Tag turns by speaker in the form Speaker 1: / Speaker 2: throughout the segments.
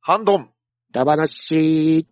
Speaker 1: ハンドン。
Speaker 2: ダバナシ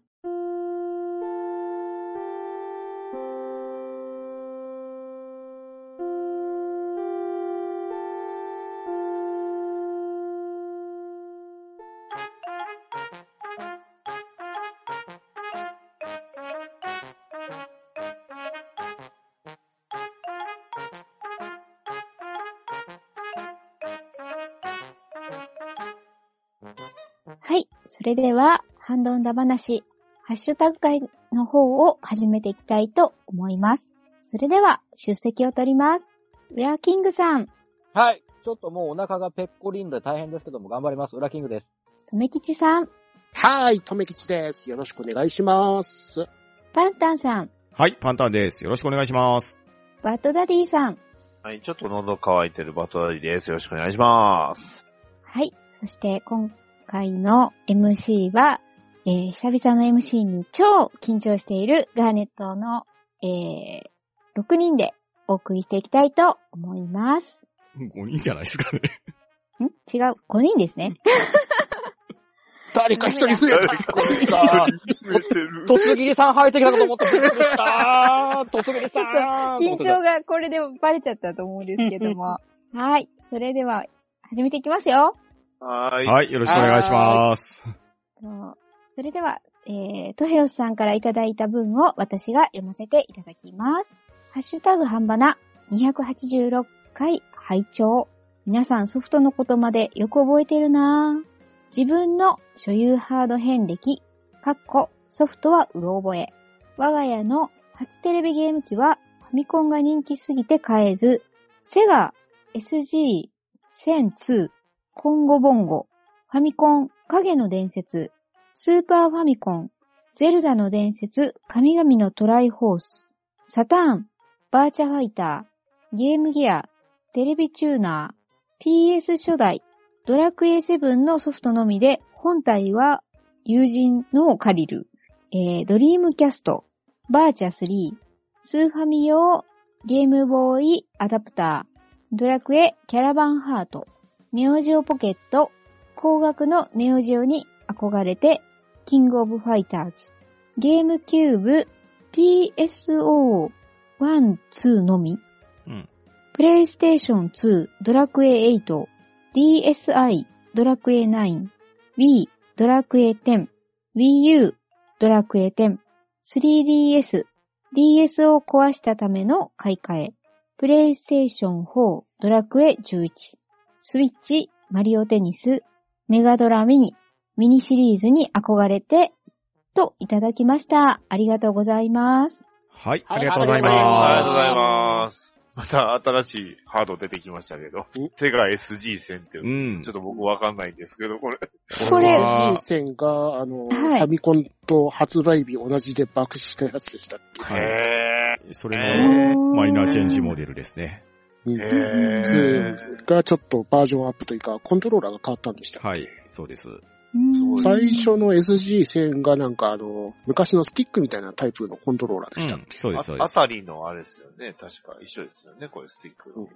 Speaker 3: はい。それでは、ハンドンダ話、ハッシュタグ会の方を始めていきたいと思います。それでは、出席を取ります。裏キングさん、
Speaker 4: はい。ちょっともうお腹がぺっこりんで大変ですけども頑張ります。裏キングです。
Speaker 3: とめきちさん、
Speaker 2: はい、とめきちです。よろしくお願いします。
Speaker 3: パンタンさん、
Speaker 5: はい、パンタンです。よろしくお願いします。
Speaker 3: バッドダディさん、
Speaker 1: はい、ちょっと喉乾いてるバトラリーです。よろしくお願いします。
Speaker 3: はい。そして、今回の MC は、えー、久々の MC に超緊張しているガーネットの、えー、6人でお送りしていきたいと思います。
Speaker 5: 5人じゃないですかね。
Speaker 3: ん違う、5人ですね。
Speaker 2: 誰か一人増えた。
Speaker 1: めて る。
Speaker 4: とすぎりさん入ってきたかと思った。びっくりしたとすぎりさん
Speaker 3: 緊張がこれでバレちゃったと思うんですけども。はい。それでは、始めていきますよ。
Speaker 1: はーい。
Speaker 5: はい、よろしくお願いします。
Speaker 3: とそれでは、えー、トヘロスさんからいただいた文を私が読ませていただきます。ハッシュタグ半ばな286回拝聴。皆さんソフトのことまでよく覚えてるなぁ自分の所有ハード遍歴、かっこソフトはうろ覚え。我が家の初テレビゲーム機はファミコンが人気すぎて買えず、セガ SG1002 コンゴボンゴファミコン、影の伝説、スーパーファミコン、ゼルダの伝説、神々のトライホース、サターン、バーチャファイター、ゲームギア、テレビチューナー、PS 初代、ドラクエ7のソフトのみで、本体は友人のを借りる、えー、ドリームキャスト、バーチャ3、スーファミ用、ゲームボーイアダプター、ドラクエキャラバンハート、ネオジオポケット、高額のネオジオに憧れて、キングオブファイターズ、ゲームキューブ、PSO1、2のみ、
Speaker 5: うん
Speaker 3: プレイステーション2、ドラクエ8、DSi、ドラクエ9、Wii、ドラクエ10、Wii U、ドラクエ10、3DS、DS を壊したための買い替え、プレイステーション4、ドラクエ11、スイッチ、マリオテニス、メガドラミニ、ミニシリーズに憧れて、といただきました。ありがとうございます。
Speaker 5: はい、
Speaker 2: はい
Speaker 5: ありがとうござ
Speaker 1: あ
Speaker 5: い
Speaker 1: りが
Speaker 5: ま
Speaker 1: と
Speaker 5: す
Speaker 1: う。ございます。また新しいハード出てきましたけど
Speaker 2: お、
Speaker 1: セガ SG 戦っていうう、
Speaker 5: ん
Speaker 1: ちょっ。と僕わかんないんですけど、これ。
Speaker 3: これ
Speaker 5: は
Speaker 2: 人生が、あの、
Speaker 3: はい
Speaker 2: ファミコンと発売日同じで爆死したやつでしたっけ
Speaker 5: はい
Speaker 1: へ
Speaker 5: そ
Speaker 1: え
Speaker 5: れの
Speaker 1: ー
Speaker 5: マイナーチェンジモデルですね。
Speaker 2: うん
Speaker 1: へ
Speaker 2: 2
Speaker 1: ー
Speaker 2: がちょっとバージョンアップというか、コントローラーが変わったんでした。
Speaker 5: はい、そうです。
Speaker 3: うん
Speaker 2: 最初の SG1000 がなんかあの、昔のスティックみたいなタイプのコントローラーでした。
Speaker 5: うんそうです、そう
Speaker 1: あ
Speaker 5: です。
Speaker 1: たりのあれですよね。確か一緒ですよね。これスティックの。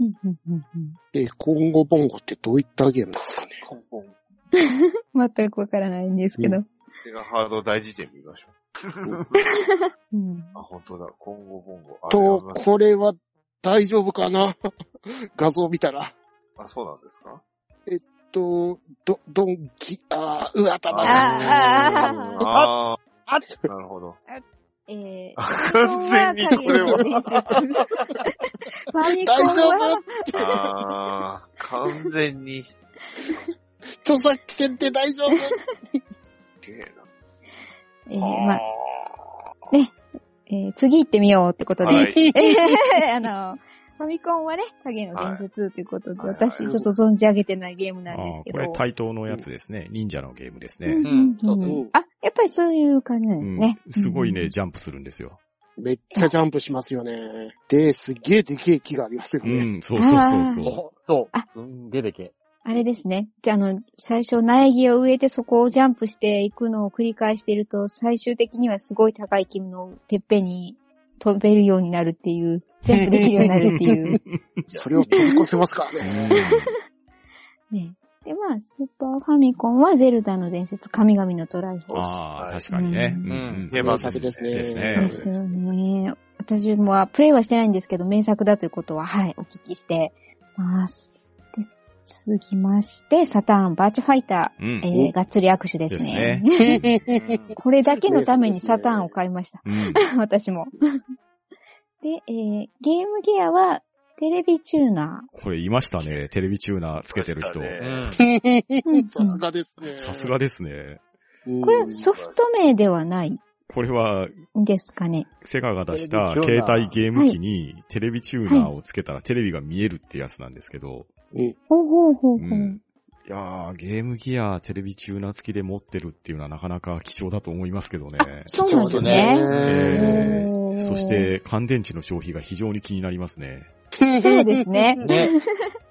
Speaker 3: うんうんうんうん
Speaker 2: で、今後ボンゴってどういったゲームなんですかね。
Speaker 1: ポンポン。
Speaker 3: 全くわからないんですけど。
Speaker 1: セガハード大辞典見ましょ
Speaker 3: うん
Speaker 1: う。あ、本当だ。今後ボンゴ。あ
Speaker 2: と、これは大丈夫かな 画像見たら。
Speaker 1: あ、そうなんですか
Speaker 2: と、ど、どんき、あーうわ、たまらん
Speaker 3: あー
Speaker 1: ーあーなるほど。
Speaker 3: えー、
Speaker 1: 完全にこれは。
Speaker 3: ファミコン
Speaker 2: 大丈
Speaker 3: は
Speaker 2: 夫、
Speaker 1: あー、完全に。
Speaker 2: 著作権って大丈夫
Speaker 1: すげえ
Speaker 3: え
Speaker 1: な
Speaker 3: ーまあえー次行ってみようってことで、
Speaker 1: はい
Speaker 3: あの、ファミコンはね、影の伝説ということで、
Speaker 1: はい
Speaker 3: 私ちょっと存じ上げてないゲーム
Speaker 5: あ
Speaker 3: なんです
Speaker 5: ー
Speaker 3: け
Speaker 5: こ
Speaker 3: ど。
Speaker 5: れ対等のやつですね。忍者のゲームです
Speaker 3: う
Speaker 5: ね。
Speaker 3: んうんうん
Speaker 2: うん
Speaker 3: あ、やっぱりそういう感じなんですね。
Speaker 5: うんすごいね、
Speaker 3: うん
Speaker 5: ジャンプするんですよ。
Speaker 2: めっちゃジャンプしますよね。で、すげえでけえ木がありますよ
Speaker 5: う
Speaker 2: ね。
Speaker 5: ん、そうそうそうそ
Speaker 4: そう。そ
Speaker 3: あ
Speaker 4: う。うん、出てけ。
Speaker 3: あれですね。じゃあ、あの、最初苗木を植えてそこをジャンプしていくのを繰り返していると、最終的にはすごい高い木のてっぺんに飛べるようになるっていう、ジ ャンプできるようになるっていう。
Speaker 2: それを飛び越せますから
Speaker 5: う。う
Speaker 2: ね。
Speaker 5: ん
Speaker 3: ね、で、まあ、スーパーファミコンはゼルダの伝説、神々のトライフォース。
Speaker 5: ああ、確かにね。
Speaker 3: うん
Speaker 1: うん定番
Speaker 2: 作ですね
Speaker 5: です
Speaker 3: で
Speaker 5: ね。
Speaker 3: すよね。私もはプレイはしてないんですけど、名作だということは、はい、お聞きしてます。で、続きまして、サターンバーチャファイタ
Speaker 5: う
Speaker 3: ー、え
Speaker 5: ん。
Speaker 3: ー、がっつり握手です
Speaker 5: です
Speaker 3: ね。
Speaker 5: ね。
Speaker 1: うん
Speaker 3: これだけのためにサターンを買いました。
Speaker 5: うん
Speaker 3: 私も。で、えー、ゲームギアは、テレビチューナ
Speaker 5: これいましたね。テレビチューナーつけてる人
Speaker 1: 確。か
Speaker 4: う
Speaker 1: に
Speaker 4: ん。
Speaker 3: ー。うん
Speaker 2: さすがですね。
Speaker 5: さすがですね。
Speaker 2: うん。
Speaker 3: これ、ソフト名ではない
Speaker 5: これは、
Speaker 3: んですかね。
Speaker 5: セガが出した
Speaker 4: テレビチュー
Speaker 5: 携
Speaker 4: ナー
Speaker 5: 帯ゲーム機にテレビチューナーをつけたらテレビが見えるってやつなんですけど、
Speaker 3: ほうほうほうほう。
Speaker 5: うんいやー、ゲームギア、テレビチューナー付きで持ってるっていうのはなかなか貴重だと思いますけどね。
Speaker 3: そうなんですね。
Speaker 2: 貴重ですね
Speaker 5: えー
Speaker 3: おー
Speaker 5: そし、て、乾電池の消費が非常に気になりますね。
Speaker 3: そ うですね。
Speaker 4: ね。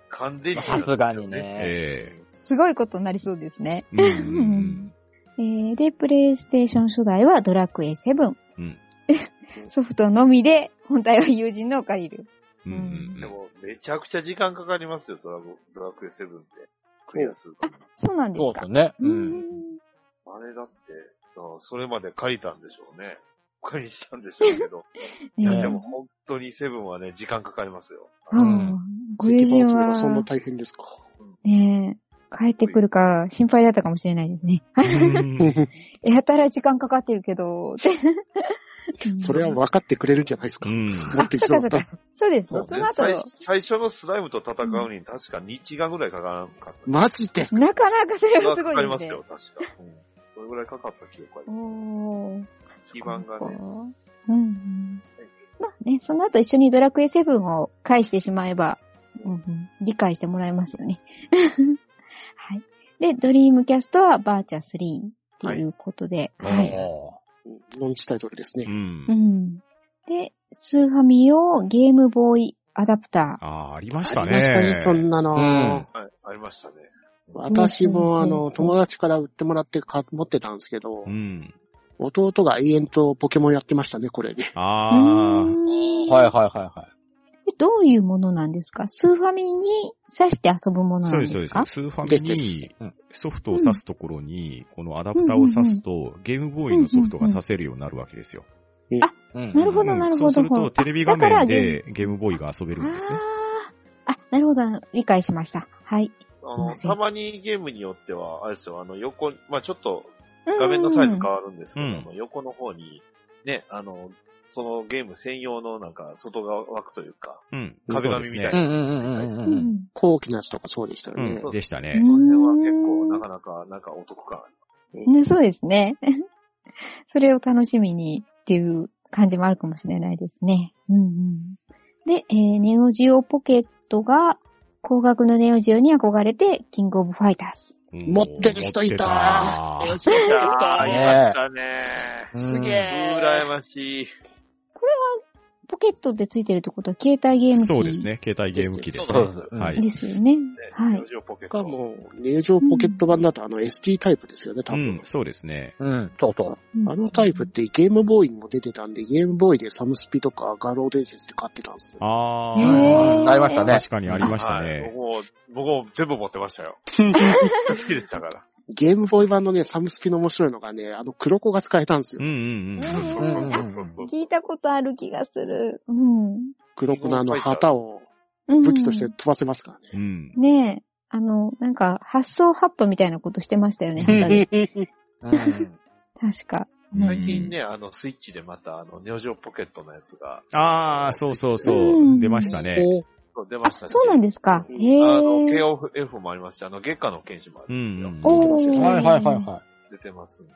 Speaker 1: 完全に。
Speaker 4: さすがに。ね。
Speaker 5: え
Speaker 3: すごいことになりそうですね。
Speaker 5: えうん。
Speaker 3: えーで、プレイステーション初代はドラクエ7。
Speaker 5: うん。
Speaker 3: ソフトのみで、本体は友人のを借りる。
Speaker 5: うんうん
Speaker 1: でも、めちゃくちゃ時間かかりますよ、ドラゴドラクエ7って。クリアするのに
Speaker 3: そうなんで
Speaker 4: そ
Speaker 3: す
Speaker 4: うで
Speaker 3: か
Speaker 4: す。ね。
Speaker 3: うー
Speaker 4: うん。
Speaker 3: ん。
Speaker 1: あれだって、うんそれまで借りたんでしょうね。借りしたんでしょうけど。いや、
Speaker 3: ええ
Speaker 1: でも本当にセブンはね、時間かかりますよ。
Speaker 3: う
Speaker 1: うん
Speaker 3: ん。ご友人
Speaker 2: 石版集めがそんな
Speaker 3: は、
Speaker 2: 大変ですか。
Speaker 3: ねえ帰ってくるか心配だったかもしれないですね。
Speaker 5: うん
Speaker 3: やたら時間かかってるけ ど、って
Speaker 2: それは分かってくれるんじゃないですか。持ってきそうだったら。
Speaker 3: そうです。
Speaker 1: そう
Speaker 3: そ
Speaker 1: ね
Speaker 3: の後
Speaker 1: 最、最初のスライムと戦うのに確か2時間ぐらいかからんかった。
Speaker 2: マジで
Speaker 3: なかなかそれがすご
Speaker 1: か
Speaker 3: い
Speaker 1: か
Speaker 3: で
Speaker 1: ります
Speaker 3: すね
Speaker 1: よ、。確か。うん。それぐらいかかった記憶ありま
Speaker 3: おー。
Speaker 1: す。基盤が
Speaker 3: そっ
Speaker 1: ね
Speaker 3: か。うんうん。まあね、その後一緒にドラクエ7を返してしまえば、うんうん、理解してもらえますよね。 はい。で、ドリームキャストはバーチャ3っていうことで、はい。
Speaker 4: も
Speaker 2: ノンチタイトルです
Speaker 5: う。
Speaker 2: ね。
Speaker 3: うんん。で、スーファミ用ゲームボーイアダプター。
Speaker 5: ああー、ありました
Speaker 2: ありました
Speaker 5: ね
Speaker 2: ね、。そんなの。
Speaker 1: はい、ありましたね。
Speaker 2: 私も、あ
Speaker 3: うんうんう
Speaker 2: の、
Speaker 3: ん
Speaker 2: 友達から売ってもらって買持ってたんですけど
Speaker 5: う、ん。
Speaker 2: 弟が永遠とポケモンやってましたね、これで。
Speaker 5: あ
Speaker 3: う
Speaker 5: あ、
Speaker 3: ー
Speaker 4: うんはいはいはいはい。
Speaker 3: でどういうものなんですかスーファミに挿して遊ぶものな
Speaker 5: そうんで、
Speaker 3: ですす
Speaker 5: そうです
Speaker 3: か。
Speaker 5: スーファ
Speaker 2: です
Speaker 5: ミ
Speaker 2: で
Speaker 5: に
Speaker 2: す
Speaker 5: ソフトを挿すところに、このアダプターを挿すと、ゲームボーイのソフトが挿せるようになるわけですよ。
Speaker 4: うん
Speaker 3: なるほど
Speaker 5: うん
Speaker 3: なるほど
Speaker 5: そうすると、テレビ画
Speaker 3: あだから
Speaker 5: 面
Speaker 3: ゲ
Speaker 5: でゲームボーイが遊べるんですね。
Speaker 3: あーあ、なるほど。理解しました。はい。
Speaker 1: あ
Speaker 3: すいま
Speaker 1: の、
Speaker 3: せん
Speaker 1: たまにゲームによっては、あれですよ、あの、横に、まあちょっと
Speaker 3: うんうん
Speaker 1: 画面のサイズ変わるんですけど、
Speaker 5: うん
Speaker 1: あの横の方に、ね、あの、そのゲーム専用のなんか外側枠というか、
Speaker 5: うん。
Speaker 1: 壁紙みたいな
Speaker 4: うんうんうんうんう
Speaker 3: うん
Speaker 4: うん。
Speaker 3: ん。
Speaker 2: 高貴なやつとかそうでしたよ
Speaker 5: う
Speaker 2: ね
Speaker 5: ん。。でした
Speaker 3: う
Speaker 5: ね
Speaker 3: ん。
Speaker 1: この辺は結構なかなか、なんかお 得感ある。
Speaker 3: ね、そうですね。 それを楽しみにっていう感じもあるかもしれないですね。うんうん、で、えーネオジオポケットが、高額のネオジオに憧れて、キングオブファイターズ。
Speaker 5: うん
Speaker 2: 持ってる人いた
Speaker 5: 持って
Speaker 1: いやー、ありましたね。
Speaker 4: すげ
Speaker 1: 羨ましい。
Speaker 3: ポケットでついてるってことは、携帯ゲーム
Speaker 5: た
Speaker 3: 機
Speaker 5: そうです。ね。携帯ゲーム機です
Speaker 4: そう
Speaker 5: ね
Speaker 4: で。す。
Speaker 5: はい
Speaker 3: ですよね。は
Speaker 1: ラ
Speaker 3: い。
Speaker 1: ジオポケッ
Speaker 2: しか
Speaker 1: ト。
Speaker 2: も、入場ポケット版だとあの SD タイプですよね、多
Speaker 5: う
Speaker 2: 分
Speaker 5: ん、。そうですね。
Speaker 4: うん、そうそう。
Speaker 2: あのタイプってゲームボーイにも出てたんで、ゲームボーイでサムスピとか画廊伝説で買ってたんですよ。
Speaker 5: あ
Speaker 3: へ
Speaker 5: ー。
Speaker 3: ー
Speaker 4: ありましたね。
Speaker 5: 確かにありました
Speaker 1: はい
Speaker 5: ね。
Speaker 1: 僕も、僕も全部持ってまし たよ。好きでしたから。
Speaker 2: ゲームボーイ版のね、サムスピの面白いのがね、あの黒子が使えたんです
Speaker 5: う
Speaker 2: よ。
Speaker 5: んうんうん。
Speaker 1: そうそうそうそう。
Speaker 3: 聞いたことある気がする。うん。
Speaker 2: 黒子のあの旗を
Speaker 3: うん
Speaker 2: 武器として飛ばせますからね。
Speaker 5: うん。
Speaker 3: ねえ。あの、なんか、発想発破みたいなことしてましたよね、旗で
Speaker 4: うん。
Speaker 3: 確か。うん
Speaker 1: 最近ね、あの、スイッチでまた、あの、ネオジオポケットのやつが、
Speaker 5: あー、そうそうそうう。
Speaker 3: ん
Speaker 5: 出ましたね。
Speaker 2: おー
Speaker 1: そう出ました
Speaker 3: あそうなんですか
Speaker 1: うん
Speaker 3: へー
Speaker 1: あの、KOF もありますし、あの、月下の剣士もあ
Speaker 5: う
Speaker 1: るんですよ
Speaker 2: 出てますよ
Speaker 3: おー。
Speaker 5: ん。
Speaker 2: ね
Speaker 4: はいはいはいは
Speaker 1: 出てますんで、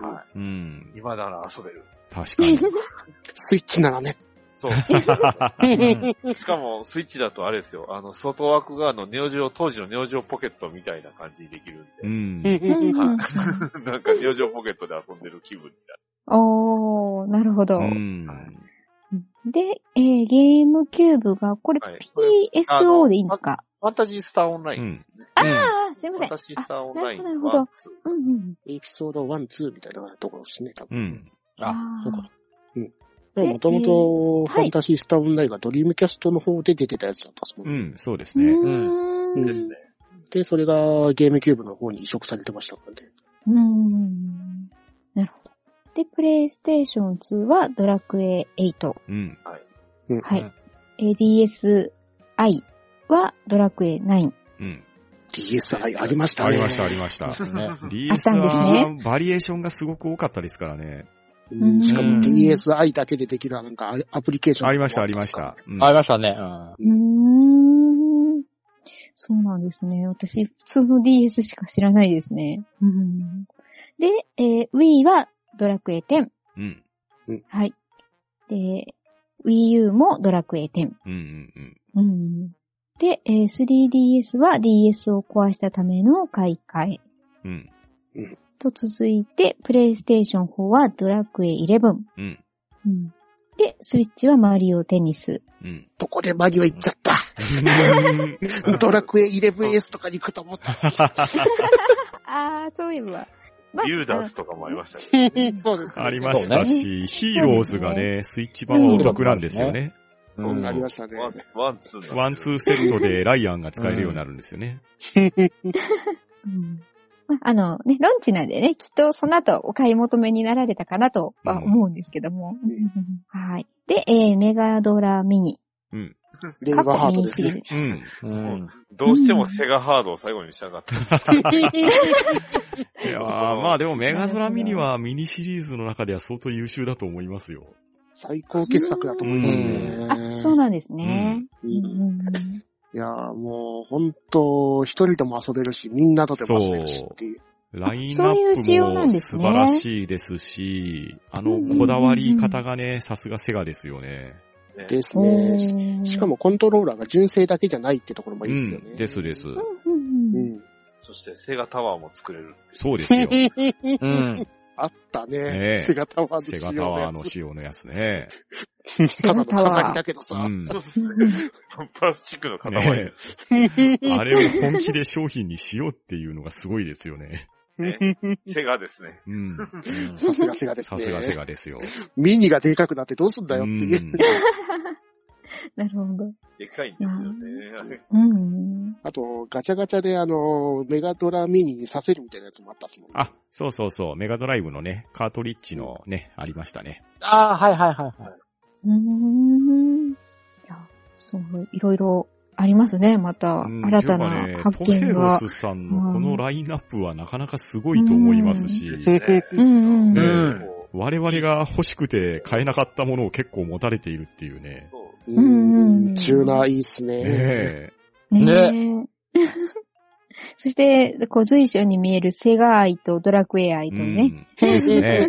Speaker 2: うん
Speaker 1: は
Speaker 5: うん。うん
Speaker 1: い。今なら遊べる。
Speaker 5: 確かに。
Speaker 2: スイッチならね。
Speaker 1: そう。
Speaker 4: い。 うん
Speaker 1: しかも、スイッチだとあれですよ。あの、外枠があの、ネオジオ、当時のネオジオポケットみたいな感じにできるん
Speaker 5: う
Speaker 1: で。
Speaker 5: ん。
Speaker 3: うんうんうん
Speaker 1: なんか、ネオジオポケットで遊んでる気分に
Speaker 3: おー、なるほど。
Speaker 5: うん。
Speaker 3: で、えーゲームキューブが、これ
Speaker 1: はいこれあ
Speaker 3: PSO
Speaker 1: の
Speaker 3: でいいんですか
Speaker 1: ファンタジースターオンライ
Speaker 5: う
Speaker 1: ン。
Speaker 5: ん。
Speaker 3: ああ、すいま
Speaker 1: フ
Speaker 3: せん。
Speaker 1: ァンタジースターオンライン
Speaker 3: あなるほど
Speaker 1: は、
Speaker 3: うんうん。
Speaker 2: エピソード1、2みたいなところですね、多分。
Speaker 5: うん。
Speaker 4: あ
Speaker 3: ー
Speaker 2: でもとも
Speaker 3: え
Speaker 2: と、
Speaker 3: は
Speaker 2: フ
Speaker 3: い
Speaker 2: ァンタシースターオンラインがドリームキャストの方で出てたやつだったっすもん
Speaker 5: う
Speaker 2: ね。
Speaker 5: ん、そうです
Speaker 3: う
Speaker 5: ね。
Speaker 3: ーん
Speaker 1: ですね。
Speaker 2: で、それがゲームキューブの方に移植されてましたので。
Speaker 3: うーん。なるほど。で、プレイステーション2はドラクエ8。
Speaker 5: うん。
Speaker 2: うん
Speaker 3: は
Speaker 4: うん
Speaker 3: い。ADSI はドラクエ9。
Speaker 5: うん。
Speaker 2: DSi ありましたね。
Speaker 5: ありました、ありました。
Speaker 4: ね
Speaker 5: DS
Speaker 3: あったんです
Speaker 5: は
Speaker 3: ね
Speaker 5: バリエーションがすごく多かったですからね。
Speaker 2: うんしか
Speaker 4: うん
Speaker 2: も DSi だけでできるなんかあアプリケーション
Speaker 5: ありました、ありました。。うん
Speaker 4: ありましたね。うん。
Speaker 3: うーん。そうなんですね。私、普通の DS しか知らないですね。うん、で、えー Wii はドラクエ10。
Speaker 5: うん。
Speaker 3: はい。で、Wii U もドラクエ10。
Speaker 5: うんうんうん。
Speaker 3: うん、で、えー 3DS は DS を壊したための買い替え。
Speaker 5: うん。
Speaker 3: と続いて、プレイステーション4はドラクエ11。
Speaker 5: うん。
Speaker 3: うん、で、スイッチはマリオテニス。
Speaker 5: うん。
Speaker 2: どこでマリオ行っちゃったドラクエ 11S とかに行くと思った。
Speaker 3: あー、そういえば。まあ
Speaker 1: ユーダースとかもありました ね。
Speaker 2: そうですね。
Speaker 5: ありましたし、ヒーローズがね、スイッチ版はお得なんですよね。
Speaker 2: う
Speaker 4: うん
Speaker 2: んあり
Speaker 4: う
Speaker 2: ましたね。
Speaker 1: ワン、ワン、ツー
Speaker 5: ワン、ツーセットでライアンが使えるようになるんですよね。
Speaker 3: うんまああのね、ロンチなんでね、きっとその後お買い求めになられたかなとは思うんですけども。はい。で、えーメガドラミニ。
Speaker 5: うん。
Speaker 2: レイ
Speaker 3: 過
Speaker 2: バーハー
Speaker 3: 去ミ
Speaker 2: ト
Speaker 3: ニ
Speaker 2: です
Speaker 3: シリーズ
Speaker 2: ね。。
Speaker 5: うん。
Speaker 4: ん。
Speaker 1: どうしてもセガハードを最後にしたかっ た。
Speaker 5: いやーまあでもメガドラミニはミニシリーズの中では相当優秀だと思いますよ。
Speaker 2: 最高傑作だと思いますね。
Speaker 3: あ、そうなんですね。
Speaker 2: う
Speaker 3: うんんうんうん
Speaker 2: いやーもう、本当一人でも遊べるし、みんなとでも遊べるしっていう。
Speaker 5: ラインナッ
Speaker 3: そういう仕様
Speaker 5: プ
Speaker 3: なん
Speaker 5: も
Speaker 3: です
Speaker 5: 素
Speaker 3: ね
Speaker 5: 晴らしいですし、あ
Speaker 3: う
Speaker 5: の
Speaker 3: んうんうん
Speaker 5: こだわり方がね、さすがセガですよね。
Speaker 1: ね
Speaker 2: ですね。し
Speaker 3: おー
Speaker 2: しかもコントローラーが純正だけじゃないってところも
Speaker 5: う
Speaker 2: いいですよね。
Speaker 5: ん、ですです。
Speaker 3: うんうん
Speaker 2: う
Speaker 3: うん
Speaker 2: ん。
Speaker 1: そしてセガタワーも作 れる。
Speaker 5: そうで すよ。ね
Speaker 4: うん。
Speaker 2: あった
Speaker 5: え
Speaker 2: ね。セガタワーの仕
Speaker 5: セ
Speaker 2: 様
Speaker 5: ガタワーの仕様のや つね。
Speaker 2: ただの飾りだけど
Speaker 5: う
Speaker 2: さ。
Speaker 5: ん。
Speaker 1: プラスチックの塊
Speaker 5: ね
Speaker 1: です。
Speaker 5: あれを本気で商品にしようっていうのがすごいですよね。
Speaker 1: セガですね。
Speaker 5: うん。
Speaker 2: さすがセガです
Speaker 5: さ
Speaker 2: ね。
Speaker 5: すがセガですよ。
Speaker 2: ミニがでかくなってどうすんだよっていう。
Speaker 3: なるほど。
Speaker 1: でかいんですよね。あれ
Speaker 3: うんうん。
Speaker 2: あと、ガチャガチャであの、メガドラミニにさせるみたいなやつもあったっすもんね。
Speaker 5: あ、そうそうそう。メガドライブのね、カートリッジのね、ありましたね。
Speaker 4: ああ、はいはいはいはい。
Speaker 3: うーん。いや、そう、いろいろありますね、また。
Speaker 5: うん
Speaker 3: 新た
Speaker 5: ていう
Speaker 3: な
Speaker 5: かね
Speaker 3: 発見が
Speaker 5: トメ。ロスさんのこのラインナップはなかなかすごいと思いますし、
Speaker 1: ね
Speaker 3: うんうん
Speaker 5: ね
Speaker 1: うん
Speaker 5: 我々が欲しくて買えなかったものを結構持たれているっていうね。
Speaker 1: そう
Speaker 2: う
Speaker 3: うんうん
Speaker 2: ん。チューナーいいっす
Speaker 5: ね
Speaker 2: ね。
Speaker 5: え。
Speaker 3: ねえ。 そして、こう随所に見えるセガ愛とドラクエ愛とね、
Speaker 5: うん。です ね。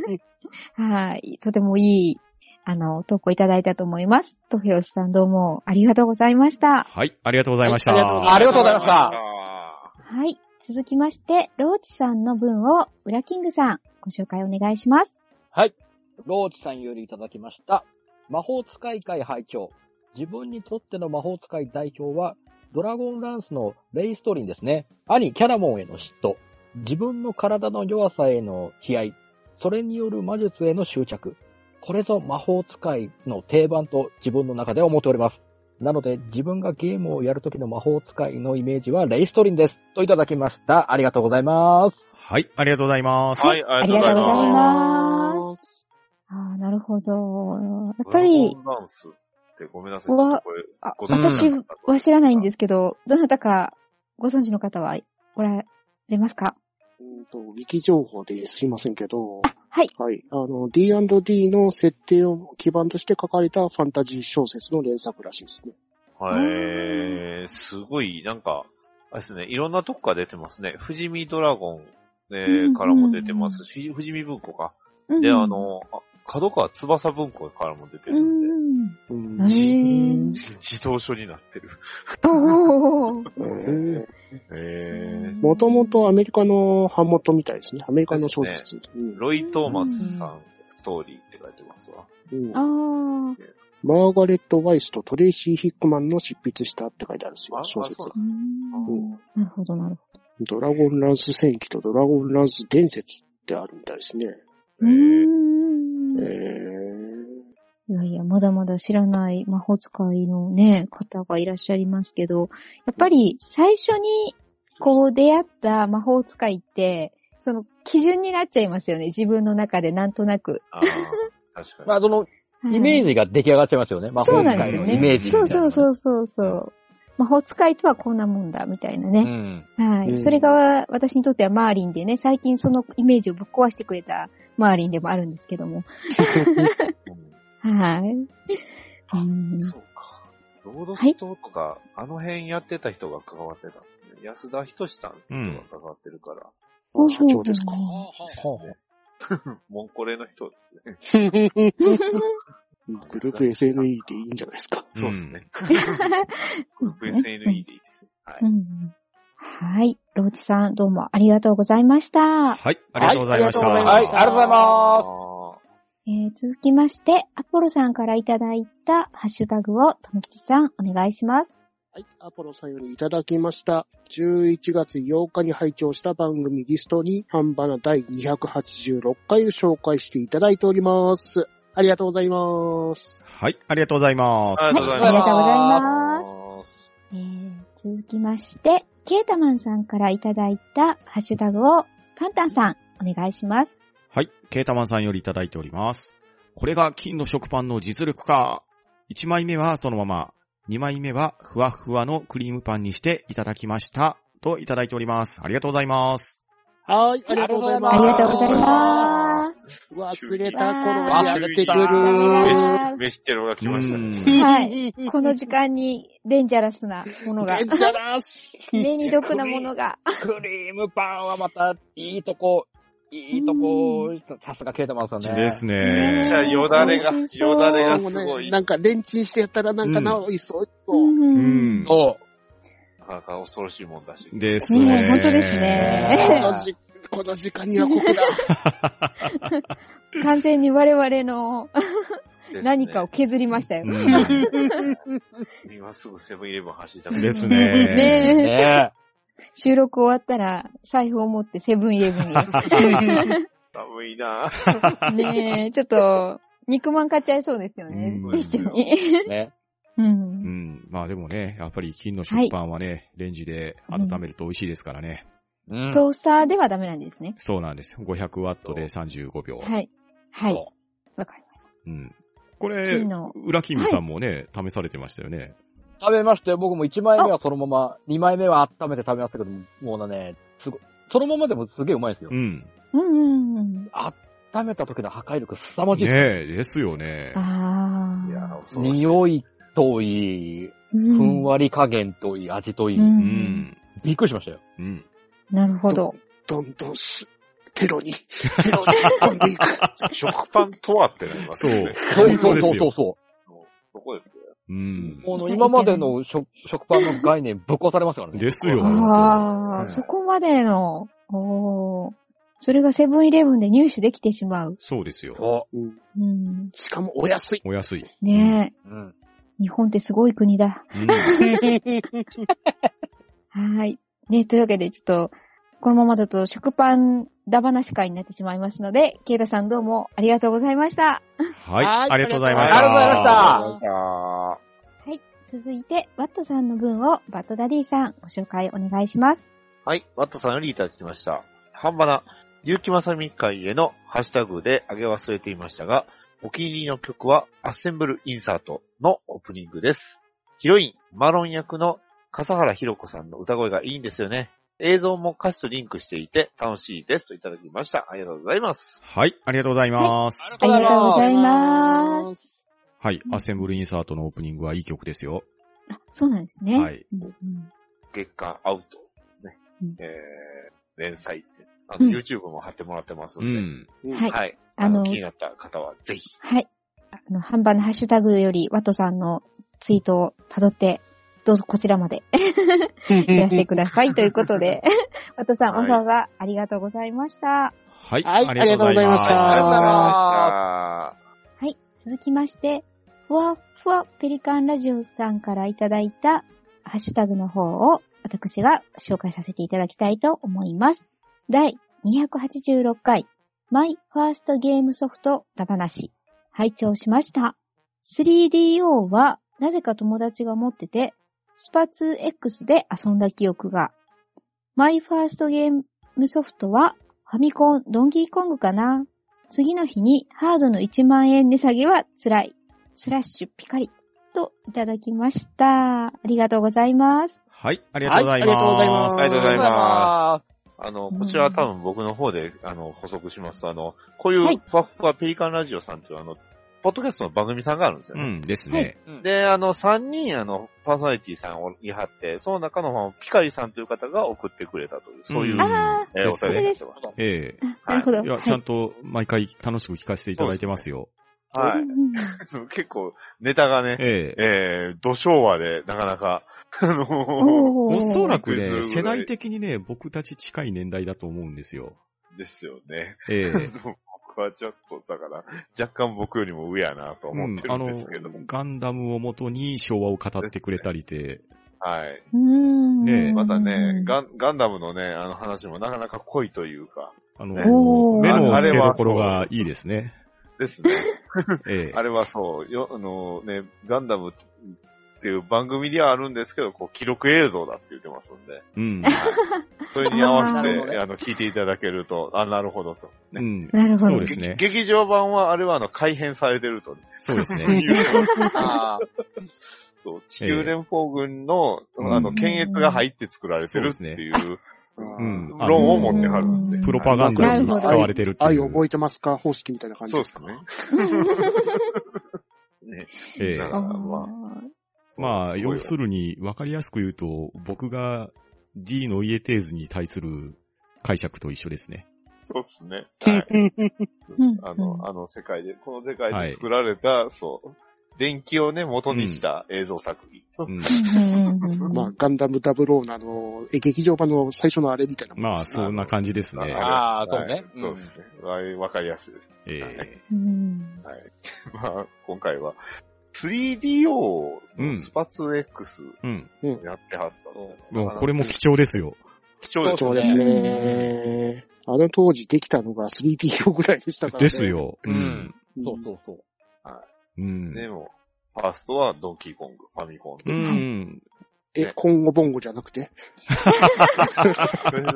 Speaker 3: はい、とてもいい、あの、投稿いただいたと思います。とひろしさんどうもありがとうございました。
Speaker 5: はい、ありがとうございました。
Speaker 2: はいありがとうございました
Speaker 4: ありがとうございました。
Speaker 3: はい、続きまして、ローチさんの文を、ウラキングさん、ご紹介お願いします。
Speaker 4: はい。ローチさんよりいただきました。魔法使い会拝聴自分にとっての魔法使い代表は、ドラゴンランスのレイストリンですね。兄キャラモンへの嫉妬。自分の体の弱さへの悲哀。それによる魔術への執着。これぞ魔法使いの定番と自分の中で思っております。なので、自分がゲームをやるときの魔法使いのイメージはレイストリンです。といただきました。ありがとうございます。
Speaker 5: はい、ありがとうございます。
Speaker 1: はい、あ
Speaker 3: あ
Speaker 1: り
Speaker 3: り
Speaker 1: が
Speaker 3: がと
Speaker 1: とう
Speaker 3: う
Speaker 1: ご
Speaker 3: ご
Speaker 1: ざ
Speaker 3: ざ
Speaker 1: い
Speaker 3: い
Speaker 1: ます。
Speaker 3: ます。ああ、なるほど。やっぱ
Speaker 1: ド
Speaker 3: り
Speaker 1: ラ、ゴンダンスってごめんなさい。
Speaker 3: う
Speaker 1: ちょっ
Speaker 3: わ
Speaker 1: とこれ
Speaker 3: あ
Speaker 1: ご存知
Speaker 3: 私
Speaker 1: の方
Speaker 3: は知らないんですけど、どなたかご存知の方はおられますか
Speaker 2: うんと、ウィキ情報ですいませんけど、
Speaker 3: はい。
Speaker 2: はい。あの、D&D の設定を基盤として書かれたファンタジー小説の連作らしいですね。
Speaker 1: はい、すごい、なんか、あれですね、いろんなとこから出てますね。富士見ドラゴン、えー
Speaker 3: うんうん
Speaker 1: からも出てますし、富士見文庫か。で、あ、の、あ角川翼文庫からも出て
Speaker 3: う
Speaker 1: るんで、
Speaker 3: ん。
Speaker 2: うん
Speaker 3: へー。
Speaker 1: 自動書になってる。
Speaker 3: おー。
Speaker 2: うん
Speaker 1: え
Speaker 2: もともとアメリカの版元みたいですね。アメリカの小説。
Speaker 1: ー、ロイ・トーマスさん、ストーリーって書いてますわ。
Speaker 2: うんうん
Speaker 3: あー。
Speaker 2: マーガレット・ワイスとトレイシー・ヒックマンの執筆したって書いてあるんですよ、
Speaker 1: あ
Speaker 2: 小
Speaker 1: あそう
Speaker 2: 説。
Speaker 3: うん
Speaker 2: うん
Speaker 3: なるほど、なるほ
Speaker 2: ドラゴンランス戦記とドラゴンランス伝説ってあるみたいですね。
Speaker 3: ど。う
Speaker 1: えー
Speaker 2: え
Speaker 3: ーん
Speaker 2: ー
Speaker 3: いやいや、まだまだ知らない魔法使いのね、方がいらっしゃいますけど、やっぱり最初にこう出会った魔法使いって、その基準になっちゃいますよね。自分の中でなんとなく。
Speaker 1: ああ、確かに。
Speaker 4: まあ、その、
Speaker 3: はい
Speaker 4: イメージが出来上がっちゃいますよね。魔法
Speaker 3: そう
Speaker 4: 使
Speaker 3: ないんですよ
Speaker 4: の
Speaker 3: ね。
Speaker 4: イメージみたい
Speaker 3: そ
Speaker 4: な。
Speaker 3: うそうそうそうそう。魔法使いとはこんなもんだ、みたいな
Speaker 4: う
Speaker 3: ね。
Speaker 4: ん。
Speaker 3: は
Speaker 2: う
Speaker 3: い。
Speaker 2: ん
Speaker 3: それが私にとってはマーリンでね、最近そのイメージをぶっ壊してくれたマーリンでもあるんですけども。
Speaker 1: うん
Speaker 3: はい。
Speaker 1: あ
Speaker 3: うん
Speaker 1: そうか。ロードストとか、あの辺やってた人が関わってたんですね。安田仁さんって人が関わってるから。
Speaker 2: 社長ですか
Speaker 4: はあはあはあ
Speaker 1: モンコレの人ですね。
Speaker 2: グループ SNE でいいんじゃないですか。
Speaker 1: そうですね。
Speaker 3: うん
Speaker 1: グループ SNE でいいですね。はい。。
Speaker 3: うんはい。ローチさん、どうもありがとうございました。
Speaker 5: はい、ありがとうございました。
Speaker 2: はい
Speaker 4: ありがとうございます
Speaker 3: えー続きまして、アポロさんからいただいたハッシュタグを、ともきちさん、お願いします。
Speaker 2: はい、アポロさんよりいただきました。11月8日に拝聴した番組リストに、ハンバナ第286回を紹介していただいております。ありがとうございます。
Speaker 5: はい、ありがとうございます。
Speaker 1: ありがとうございます
Speaker 3: ありがとうございます。
Speaker 1: す。
Speaker 3: えー続きまして、ケータマンさんからいただいたハッシュタグを、パンタンさん、お願いします。
Speaker 5: はい、ケータマンさんよりいただいております。これが金の食パンの実力か。1枚目はそのまま、2枚目はふわふわのクリームパンにしていただきました。といただいております。ありがとうございます。
Speaker 2: はい、ありがとうございます。
Speaker 3: ありがとうござい
Speaker 1: ま
Speaker 3: ます。
Speaker 2: 忘れた頃にや
Speaker 1: 忘
Speaker 2: っ
Speaker 1: れ
Speaker 2: て
Speaker 1: た
Speaker 2: くる。
Speaker 1: 飯、飯テロが来ました
Speaker 5: う
Speaker 1: ね。
Speaker 5: ん
Speaker 3: はい。この時間に、デンジャラスなもの が
Speaker 2: デ、ンジャラス
Speaker 3: 目に毒なものが、
Speaker 4: クリームパンはまた、いいとこ、いいとこ、さすがケータマンさんね。
Speaker 5: です
Speaker 1: めっ
Speaker 5: ね
Speaker 1: ち。ゃよだれが、
Speaker 3: 美味しそう
Speaker 1: よだれがすごい。
Speaker 2: な
Speaker 1: なん
Speaker 2: かレンチンしてやったらなんかな、
Speaker 5: う
Speaker 2: おいしそう。
Speaker 5: う
Speaker 3: うん
Speaker 5: ん。
Speaker 4: そう。
Speaker 1: かなか恐ろしいもんだし。
Speaker 5: です
Speaker 3: ね
Speaker 5: ね。
Speaker 3: え本当ですね
Speaker 2: このじこの時間にはここだ。
Speaker 3: 完全に我々の
Speaker 1: ですね
Speaker 3: 何かを削りましたよ。
Speaker 5: うん
Speaker 1: 今すぐセブンイレブン走りたく
Speaker 5: です
Speaker 3: ね
Speaker 5: ね。
Speaker 3: え
Speaker 4: ね
Speaker 3: 収録終わったら、財布を持ってセブンイレ ブンに。
Speaker 1: 寒いなぁ。
Speaker 3: ねえ、ちょっと、肉まん買っちゃいそうですよね
Speaker 5: う。ん
Speaker 3: 一緒に。
Speaker 4: え。ね
Speaker 3: う。
Speaker 5: うんん。まあでもね、やっぱり金の食パンはね、レンジで温めると美味しいですからね。
Speaker 4: うん。
Speaker 3: トースターではダメなんですね。
Speaker 5: そうなんです。500ワットで35秒。
Speaker 3: はい。はい。わかりまし
Speaker 5: うん。こ
Speaker 3: た。
Speaker 5: れ
Speaker 3: 金、の。
Speaker 5: 裏キングさんもね、試されてましたよね。
Speaker 4: 食べましたよ。僕も1枚目はそのまま、2枚目は温めて食べましたけど、もうね、すごい。そのままでもすげえうまいですよ
Speaker 5: う。ん。
Speaker 3: うんうんうん。
Speaker 4: 温めた時の破壊力凄まじい。
Speaker 5: ねえ、ですよね。
Speaker 3: あ
Speaker 1: いや
Speaker 3: あ。
Speaker 1: ぁ、恐ろしい。
Speaker 4: 匂いといい、
Speaker 3: ふ
Speaker 4: ふんわり加減といい、味といい。
Speaker 3: う。
Speaker 5: うんん。
Speaker 4: びっくりしましたよ。
Speaker 5: うん。
Speaker 3: なるほど。
Speaker 2: どんどんす、テロに、テロに飛んでいく。
Speaker 1: 食パンとはってなります
Speaker 5: そう
Speaker 1: ね。。
Speaker 4: そう
Speaker 5: 本当
Speaker 4: そう
Speaker 5: です
Speaker 4: そうそう
Speaker 5: よ。
Speaker 4: そう。
Speaker 1: そこですよ。
Speaker 5: うん。
Speaker 4: この今までの食食パンの概念ぶっ壊されますからね。
Speaker 5: ですよ。
Speaker 3: あ
Speaker 5: は
Speaker 3: あ、
Speaker 5: い
Speaker 3: そこまでの。おーそれがセブンイレブンで入手できてしまう。
Speaker 5: そうですよ。
Speaker 4: そ
Speaker 3: うん。
Speaker 2: しかもお安い。
Speaker 5: お安い。
Speaker 3: ね
Speaker 4: う。うん。
Speaker 3: え。日本ってすごい国だ。
Speaker 5: うん。
Speaker 3: はい。ね、というわけで、ちょっと、このままだと食パンだ話会になってしまいますので、ケイタさんどうもありがとうございました。
Speaker 5: はい。ありがとうございました。
Speaker 4: ありがとうございました。
Speaker 3: はい。続いて、ワットさんの分をバットダディさんご紹介お願いします。
Speaker 1: はい、ワットさんよりいただきました。半ばな、結城まさみ会へのハッシュタグで上げ忘れていましたが、お気に入りの曲はアッセンブルインサートのオープニングです。ヒロイン、マロン役の笠原ひろ子さんの歌声がいいんですよね。映像も歌詞とリンクしていて楽しいですといただきました。ありがとうございます。
Speaker 5: はい。ありがとうございます。
Speaker 3: ありがとうございます。
Speaker 2: す。
Speaker 5: はい。アッセンブルインサートのオープニングはいい曲ですよ。
Speaker 3: そうなんですね。
Speaker 5: はい。
Speaker 3: うんうん
Speaker 1: 月間アウト、ね
Speaker 3: うん
Speaker 1: えー、連載ってあ
Speaker 3: う
Speaker 1: の、
Speaker 3: ん
Speaker 1: YouTube も貼ってもらってます
Speaker 5: う
Speaker 1: ので、
Speaker 5: ん。
Speaker 3: はい
Speaker 1: はい。
Speaker 3: あの
Speaker 1: あの気になった方はぜひ。
Speaker 3: はい。あの、半端のハッシュタグより、ワットさんのツイートを辿って、どうぞこちらまで いらしてくださいということで、ワットさん、
Speaker 1: は
Speaker 3: わ
Speaker 1: い
Speaker 3: ざわざありがとうございました。
Speaker 5: はい。
Speaker 2: はい
Speaker 5: ありがとうござ
Speaker 2: ありがと
Speaker 5: いまし
Speaker 2: うございました
Speaker 5: た。
Speaker 1: あ
Speaker 3: はい。続きまして、ふわふわペリカンラジオさんからいただいたハッシュタグの方を私が紹介させていただきたいと思います。第286回、マイファーストゲームソフトだ話、拝聴しました。3DO はなぜか友達が持ってて、スパ 2X で遊んだ記憶が。マイファーストゲームソフトはファミコンドンキーコングかな。次の日にハードの1万円値下げは辛い。スラッシュピカリ。といただきました。ありがとうございます。
Speaker 5: はい、ありがとうございます。
Speaker 2: はいありがとうございます
Speaker 1: ありがとうございますあの、こちらは多分僕の方で、あの、補足しますと、あの、こういうふわふわペリカンラジオさんっていう、あの、ポッドキャストの番組さんがあるんですよ
Speaker 5: う
Speaker 1: ね。
Speaker 5: ん、ですね。
Speaker 4: うん
Speaker 1: で、あの、3人、あの、パーソナリティさんをいはって、その中のまあピカリさんという方が送ってくれたという、そういう、
Speaker 5: ん
Speaker 3: あ
Speaker 1: えーお便りになってます。
Speaker 5: え
Speaker 3: ー、あなるほど。
Speaker 5: えいや、ちゃんと毎回楽しく聞かせていただいてますよ。
Speaker 3: は
Speaker 1: はい い
Speaker 3: うん。うんうん
Speaker 1: 結構、ネタがね、
Speaker 5: ええ
Speaker 1: えー、土昭和で、なかなか、あのー
Speaker 3: おー
Speaker 5: おそらく
Speaker 1: ぐら
Speaker 5: ね、
Speaker 1: い
Speaker 5: 世代的にね、僕たち近い年代だと思うんですよ。
Speaker 1: ですよね。
Speaker 5: ええ
Speaker 1: 僕はちょっと、だから、若干僕よりも上やなと思ってるんですけども。
Speaker 5: ガンダムを元に昭和を語ってくれたりて、
Speaker 1: はい。
Speaker 3: うん
Speaker 5: ねえ
Speaker 1: またね、ガン、ガンダムのね、あの話もなかなか濃いというか、
Speaker 5: あの、
Speaker 3: おー
Speaker 5: 目の付けどころがいいですね。
Speaker 1: ですね。
Speaker 5: ええ
Speaker 1: あれはそう、よ、あのね、ガンダムっていう番組ではあるんですけど、こう、記録映像だって言ってますん で、
Speaker 5: うん。
Speaker 1: それに合わせ
Speaker 4: あーなるほど
Speaker 1: て、
Speaker 4: ね
Speaker 1: あの、聞いていただけると、あ、なるほどと。
Speaker 5: う
Speaker 1: ね
Speaker 5: ん。
Speaker 3: なるほど。
Speaker 5: そうですね
Speaker 1: げ劇場版は、あれはあの、改編されてると、
Speaker 5: そうですね。
Speaker 1: いう
Speaker 4: ああ、
Speaker 1: そう、地球連邦軍の、
Speaker 5: うん
Speaker 1: あの、検閲が入って作られてるっていう、
Speaker 5: うん
Speaker 1: うん論を持ってはるんで。
Speaker 3: うん
Speaker 5: プロパガンダに使われてるって
Speaker 2: 愛
Speaker 5: いう。
Speaker 2: 覚えてますか方式みたいな感じ
Speaker 1: そう
Speaker 2: で
Speaker 1: ですす
Speaker 2: か
Speaker 1: ね。 ね
Speaker 5: ええ
Speaker 1: なるほど
Speaker 3: あー
Speaker 1: ま
Speaker 5: まあ、要す
Speaker 1: る
Speaker 5: るに、わかりやすく言うと、僕が D のイエテーズに対する解釈と一緒ですね。
Speaker 1: そうですね。はい。
Speaker 3: うん
Speaker 1: あ
Speaker 3: うん
Speaker 1: の、あの世界で、この世界で作られた、そう、電気をね、元にした映像作品。
Speaker 5: う
Speaker 3: う
Speaker 5: ん。
Speaker 3: んうんうん
Speaker 2: まあ、ガンダムダブローのあの、え劇場版の最初のあれみたいなもん
Speaker 5: ま
Speaker 2: で
Speaker 5: あ、
Speaker 2: す
Speaker 5: そんな感じですね。
Speaker 4: あ
Speaker 1: は
Speaker 4: あ
Speaker 1: い
Speaker 4: そうね
Speaker 1: そうですね。はいわかりやすいです。
Speaker 5: ええ
Speaker 3: うん
Speaker 1: まあ、今回は、3DO のスパツ X
Speaker 5: うん。
Speaker 1: やってはったの。
Speaker 5: もうこれも貴重ですよ。
Speaker 1: 貴重です
Speaker 2: そう
Speaker 1: よ
Speaker 2: で
Speaker 1: ね
Speaker 2: す。ね。あの当時できたのが 3DO ぐらいでしたからね。
Speaker 5: です。よ。うん。
Speaker 2: ん、
Speaker 4: そうそうそう。
Speaker 5: うん。
Speaker 1: でも、ファーストはドンキーコング、ファミコン
Speaker 5: う
Speaker 1: で。
Speaker 5: ん。
Speaker 2: え、今後ボンゴじゃなくて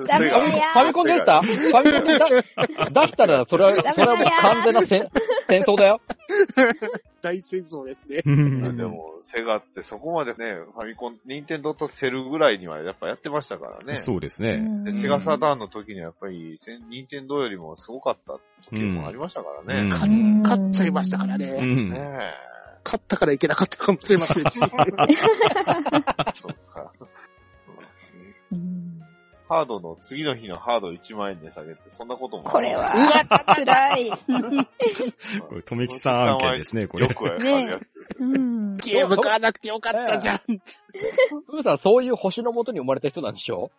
Speaker 3: ダメだよ
Speaker 4: ファミコンでしたファミコンでした出したら、それは、そ
Speaker 3: ダメだよ
Speaker 4: れはもう完全な戦 戦争だよ。
Speaker 2: 大戦争ですね。
Speaker 1: でも、セガってそこまでね、ファミコン、ニンテンドとセルぐらいにはやっぱやってましたからね。
Speaker 5: そうです
Speaker 3: う
Speaker 5: ね。
Speaker 3: ん
Speaker 1: でセガサターンの時にはやっぱり、せんニンテンドよりもすごかった時もありましたからね。
Speaker 5: う
Speaker 3: うん
Speaker 2: 勝っちゃいましたから
Speaker 5: う
Speaker 2: ね。
Speaker 1: ね
Speaker 5: ん。
Speaker 1: え。
Speaker 2: 勝ったからいけなかったかもしれませんし。
Speaker 1: そっか。 うん
Speaker 3: うん
Speaker 1: ハードの、次の日のハード1万円で下げって、そんなことも。
Speaker 3: これ。は、辛い。
Speaker 5: これ、とめきさん案件ですね、これ
Speaker 1: よ。くある
Speaker 3: ねえ
Speaker 1: やつ。
Speaker 3: うん
Speaker 2: ゲーム買わなくてよかったじゃん。
Speaker 4: ふーさん、そういう星のもとに生まれた人なんでしょ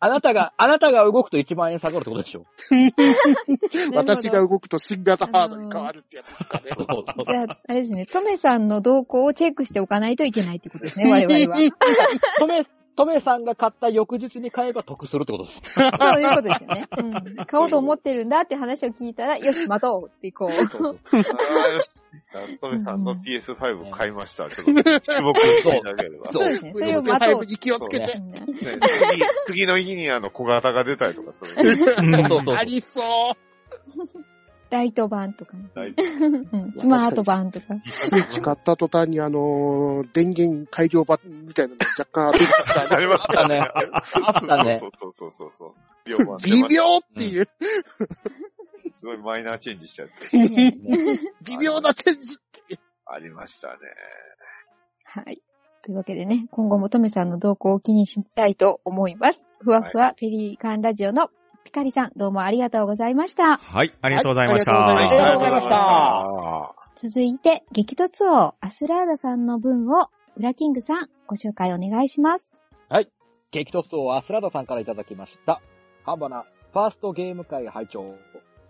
Speaker 4: あなたが、あなたが動くと1万円下がるってことでしょ
Speaker 2: 私が動くと新型ハードに変わるってやつですかね。
Speaker 4: そうそう
Speaker 3: じゃあ、あれですね、トメさんの動向をチェックしておかないといけないってことですね、我々 は。
Speaker 4: トメ、トメさんが買った翌日に買えば得するってことです。
Speaker 3: そういうことですよね。うん。買おうと思ってるんだって話を聞いたら、よし、待とうってこう。
Speaker 4: そう
Speaker 1: あーよし。トメさんの PS5 買いました。ちょっと注目していただけれ ば。
Speaker 3: そうですね。それを
Speaker 2: 手
Speaker 3: 待
Speaker 2: 配
Speaker 3: と
Speaker 2: 部
Speaker 3: う。
Speaker 2: に気をつけて。
Speaker 3: うん
Speaker 1: ね次次の日にあの小型が出たりとかする。
Speaker 4: そうそう
Speaker 2: ありそう。
Speaker 3: ライト版とかね、
Speaker 1: 大
Speaker 3: うんスマート版とか。
Speaker 2: スイッチ買った途端にあのー電源改良版みたいなの若干当てますから
Speaker 1: なりましたね。
Speaker 4: あったね
Speaker 1: そうそうそうそうそう。量もあって
Speaker 2: 微妙っていう、
Speaker 1: すごいマイナーチェンジしたやつ。
Speaker 3: ね
Speaker 2: 微妙なチェンジ。
Speaker 1: ありましたね。
Speaker 3: はい。というわけでね、今後もトメさんの動向を気にしたいと思います。ふわふわペリカンラジオのピカリさん、どうもありがとうございました。
Speaker 5: はい、ありがとうございました。
Speaker 2: はいありがとうございました
Speaker 3: 続いて、激突王、アスラーダさんの文を、ウラキングさん、ご紹介お願いします。
Speaker 4: 激突王アスラダさんからいただきました。ハンバナ、ファーストゲーム会拝聴。